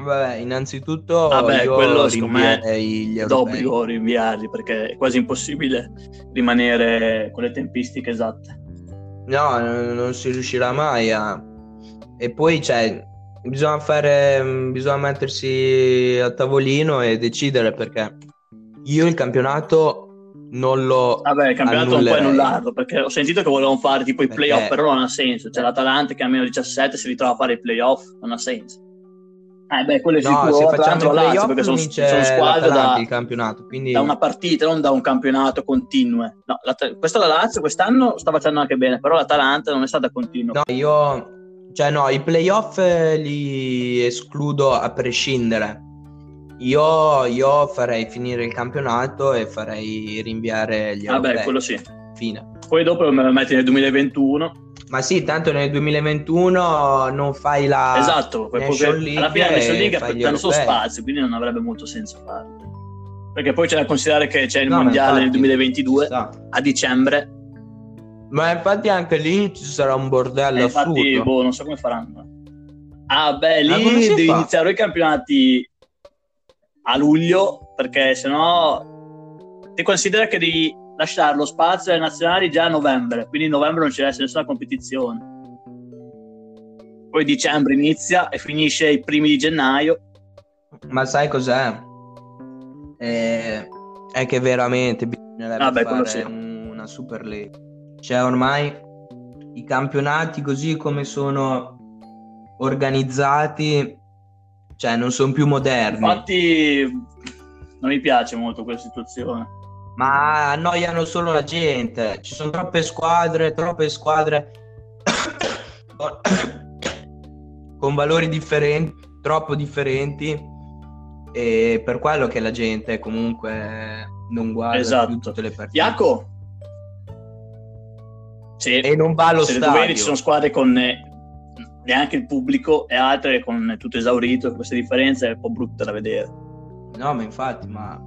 S3: Vabbè, innanzitutto
S2: Vabbè,
S3: io
S2: quello, secondo me,
S3: rinvierei gli europei.
S2: D'obbligo rinviarli perché è quasi impossibile rimanere con le tempistiche esatte.
S3: No, n- non si riuscirà mai a... E poi, cioè, bisogna fare... mh, Bisogna mettersi a tavolino e decidere perché io il campionato non lo...
S2: Vabbè, il campionato non puoi
S3: Annullerei.
S2: annullarlo perché ho sentito che volevano fare tipo i
S3: Perché-
S2: playoff, però non ha senso. Cioè l'Atalanta che ha meno 17 si ritrova a fare i playoff, non ha senso. Eh beh, quello è
S3: No,
S2: sicuro,
S3: se
S2: tra l'altro
S3: facciamo i
S2: Lazio,
S3: playoff
S2: perché sono,
S3: vince
S2: sono squadre
S3: l'Atalanta
S2: da,
S3: il campionato, quindi
S2: da una partita, non da un campionato continuo. No, la- questa la Lazio quest'anno sta facendo anche bene, però l'Atalanta non è stata continua.
S3: no, io cioè no, i playoff eh, li escludo a prescindere. Io, io farei finire il campionato e farei rinviare gli
S2: Vabbè,
S3: europei.
S2: quello sì.
S3: Fine.
S2: Poi dopo me lo metti nel 2021.
S3: Ma sì, tanto nel 2021 non fai la
S2: esatto, poi-
S3: Nation
S2: poi- alla
S3: League
S2: fine la Nation
S3: e
S2: League ha
S3: fai gli
S2: perso il suo
S3: europei.
S2: spazio, quindi non avrebbe molto senso farlo. Perché poi c'è da considerare che c'è il
S3: No, ma
S2: mondiale nel
S3: infatti,
S2: 2022
S3: ci sta.
S2: a dicembre.
S3: Ma infatti anche lì ci sarà un bordello
S2: E infatti,
S3: assurdo.
S2: boh, non so come faranno. Ah, beh,
S3: Ma come
S2: lì
S3: si
S2: devi
S3: fa?
S2: iniziare i campionati a luglio, perché sennò ti considera che devi lasciare lo spazio ai nazionali già a novembre, quindi in novembre non ci deve essere nessuna competizione. Poi dicembre inizia e finisce i primi di gennaio.
S3: Ma sai cos'è? Eh, è che veramente bisognerebbe
S2: Ah, beh, quello
S3: fare
S2: sì.
S3: un- una Super League. Cioè, ormai i campionati così come sono organizzati, cioè non sono più moderni,
S2: Infatti, non mi piace molto quella situazione.
S3: ma annoiano solo la gente. Ci sono troppe squadre, troppe squadre [coughs] con- con valori differenti, troppo differenti. E per quello che la gente comunque non guarda
S2: Esatto.
S3: più tutte le partite.
S2: Iaco? Sì.
S3: E non va allo
S2: se le
S3: stadio.
S2: due ci sono squadre con eh, neanche il pubblico e altre con eh, tutto esaurito, questa differenza è un po' brutta da vedere.
S3: No, ma infatti, ma...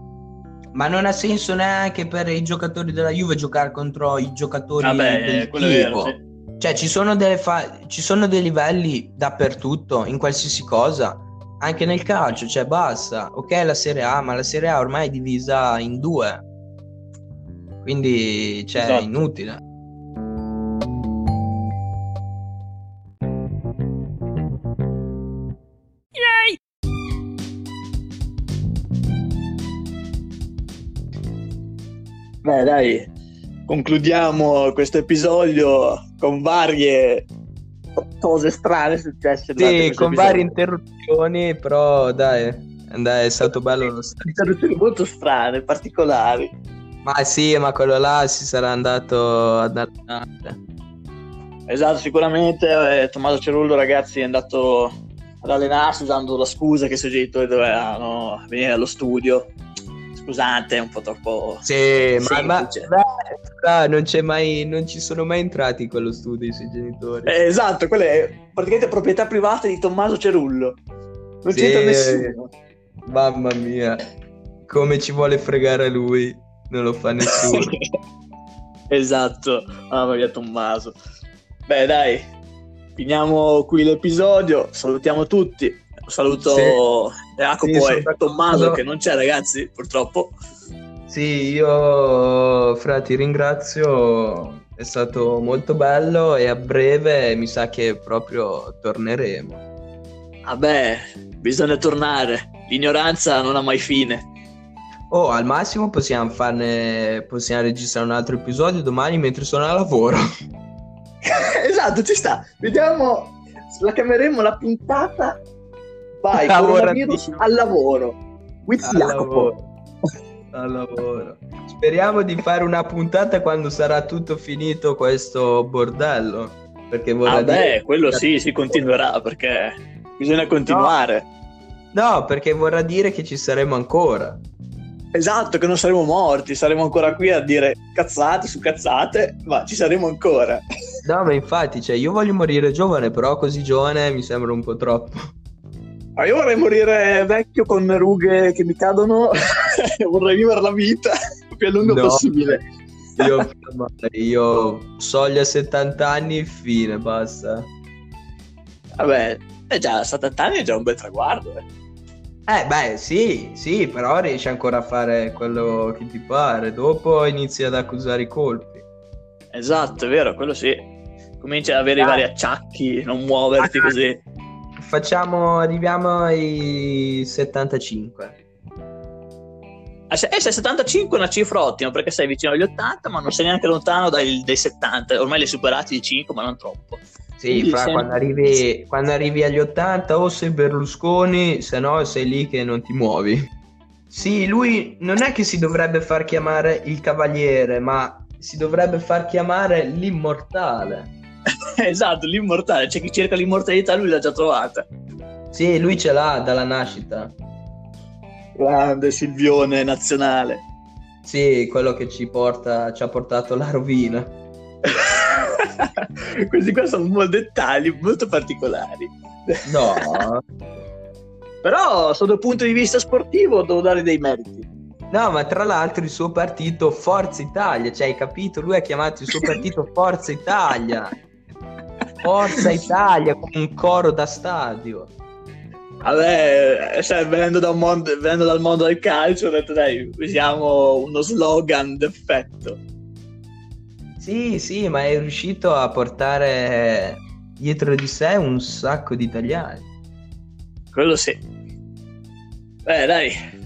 S3: ma non ha senso neanche per i giocatori della Juve giocare contro i giocatori
S2: Vabbè,
S3: del
S2: eh, quello è vero.
S3: Chievo.
S2: sì.
S3: Cioè, ci sono, delle fa- ci sono dei livelli dappertutto, in qualsiasi cosa, anche nel calcio, cioè basta. Ok, la Serie A, ma la Serie A ormai è divisa in due. Quindi, cioè,
S2: Esatto.
S3: è inutile.
S2: Beh, dai, concludiamo questo episodio con varie cose strane successe. durante
S3: Sì,
S2: questo
S3: con
S2: episodio.
S3: varie interruzioni, però dai, dai, è stato bello lo stesso.
S2: interruzioni molto strane, particolari.
S3: Ma sì, ma quello là si sarà andato ad allenare.
S2: Esatto, sicuramente eh, Tommaso Cerullo, ragazzi, è andato ad allenarsi usando la scusa che i suoi genitori dovevano venire allo studio. Scusate, è un po' troppo
S3: Sì, cioè ma, ma-
S2: Semplice.
S3: beh, non, c'è mai, non ci sono mai entrati in quello studio i suoi genitori.
S2: Eh, esatto, quella è praticamente proprietà privata di Tommaso Cerullo. Non
S3: Sì,
S2: c'entra
S3: eh.
S2: nessuno.
S3: Mamma mia, come ci vuole fregare lui, non lo
S2: [laughs]
S3: fa nessuno.
S2: esatto, mamma mia Tommaso. Beh dai, finiamo qui l'episodio, salutiamo tutti. Un saluto Jacopo
S3: Sì, sono
S2: e
S3: d'accordo.
S2: Tommaso che non c'è ragazzi, purtroppo.
S3: sì, io, fra, ti ringrazio, è stato molto bello e a breve mi sa che proprio torneremo.
S2: Vabbè, bisogna tornare. L'ignoranza non ha mai fine.
S3: Oh, al massimo possiamo farne, possiamo registrare un altro episodio domani mentre sono
S2: [laughs]
S3: a lavoro.
S2: [laughs] esatto, ci sta. Vediamo, la chiameremo la puntata.
S3: [laughs]
S2: Vai,
S3: Lavorativo.
S2: coronavirus al lavoro. With
S3: Al
S2: Jacopo.
S3: lavoro. Al lavoro. Speriamo di fare una puntata quando sarà tutto finito questo bordello. Perché vorrei
S2: Vabbè,
S3: dire-
S2: Ah, quello sì, si continuerà perché bisogna continuare.
S3: No, perché vorrà dire che ci saremo ancora.
S2: Esatto, che non saremo morti, saremo ancora qui a dire cazzate su cazzate, ma ci saremo ancora. [laughs]
S3: No, ma infatti, cioè, io voglio morire giovane, però così giovane mi sembra un po' troppo.
S2: Ma Ah, io vorrei morire vecchio con rughe che mi cadono, [laughs] vorrei vivere la vita più a lungo
S3: No.
S2: possibile.
S3: Io, io soglia 70 anni, fine, basta.
S2: Vabbè, è già 70 anni è già un bel traguardo. eh.
S3: Eh, beh, sì, sì, però riesci ancora a fare quello che ti pare. Dopo inizi ad accusare i colpi.
S2: Esatto, è vero, quello sì. Cominci ad avere i vari acciacchi, non muoverti
S3: Ah.
S2: così.
S3: Facciamo, arriviamo ai 75.
S2: Ah, se- Eh, sei 75 è una cifra ottima perché sei vicino agli 80, ma non sei neanche lontano dai, dai 70. Ormai li hai superati di 5, ma non troppo. [laughs]
S3: Sì,
S2: Quindi
S3: fra,
S2: sei-
S3: quando, arrivi, quando arrivi agli 80 o sei Berlusconi, se no sei lì che non ti muovi. Sì, lui non è che si dovrebbe far chiamare il cavaliere, ma si dovrebbe far chiamare l'immortale.
S2: esatto, l'immortale. C'è chi cerca l'immortalità, lui l'ha già trovata.
S3: Sì, lui ce l'ha dalla nascita.
S2: Grande Silvione nazionale.
S3: Sì, quello che ci porta, ci ha portato alla rovina.
S2: [laughs] Questi qua sono molti dettagli molto particolari.
S3: No,
S2: [laughs] Però, sotto il punto di vista sportivo, devo dare dei meriti.
S3: No, ma tra l'altro il suo partito Forza Italia, cioè hai capito? Lui ha chiamato il suo partito Forza Italia. Forza Italia con un coro da stadio.
S2: Vabbè, cioè, venendo, da un mondo- venendo dal mondo del calcio, ho detto dai, usiamo uno slogan d'effetto.
S3: Sì, sì, ma è riuscito a portare dietro di sé un sacco di italiani.
S2: Quello sì. Beh, dai.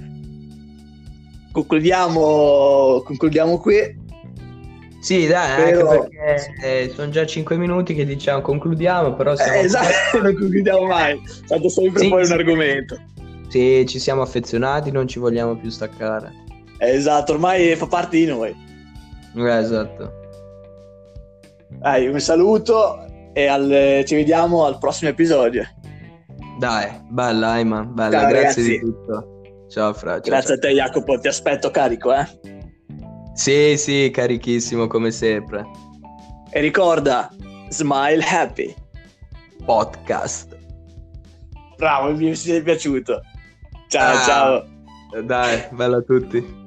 S2: Concludiamo, concludiamo qui.
S3: Sì, dai,
S2: Però-
S3: anche perché eh, sono già 5 minuti che diciamo concludiamo, però siamo...
S2: Eh, esatto, [laughs] non concludiamo mai. Tanto sempre
S3: Sì,
S2: fuori
S3: sì.
S2: un argomento.
S3: Sì, ci siamo affezionati, non ci vogliamo più staccare.
S2: Eh, Esatto, ormai fa parte di noi.
S3: Eh, esatto.
S2: Dai, un saluto e al- ci vediamo al prossimo episodio.
S3: Dai, bella Aima,
S2: Ciao,
S3: bella, grazie
S2: ragazzi.
S3: di tutto. Ciao Fra. ciao,
S2: Grazie a te Jacopo, ti aspetto carico, eh.
S3: ciao. Sì, sì, carichissimo come sempre.
S2: E ricorda, smile happy.
S3: Podcast.
S2: Bravo, mi mi è piaciuto. Ciao,
S3: Ah.
S2: ciao.
S3: Dai, bella a tutti.